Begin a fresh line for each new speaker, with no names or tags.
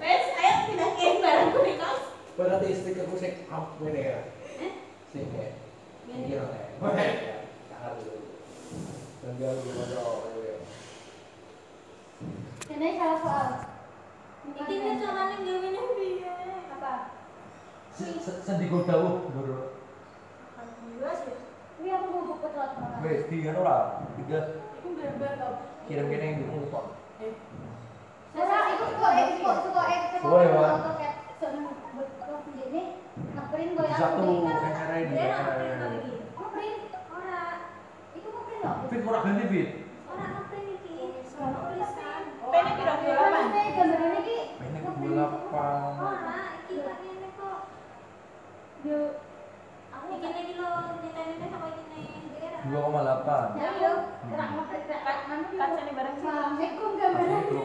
Wes, ayo pindahin barangku di kos.
Berarti istriku sing up ngene ya. Sing ya. Iki lho. Sangat dulu. Tanggal gimana ya.
Ini salah soal.
Iki kan carane gawene piye?
apa?
Sendiku dawuh lur.
Alhamdulillah sih.
Ini aku mau buku telat makan.
Wis di kan ora. Tiga
Aku gambar kok.
kirim kene yang dukung kok.
Eh,
Ora, itu kok ekspor, kok ekspor.
Boleh, Pak.
Nonton
Oh,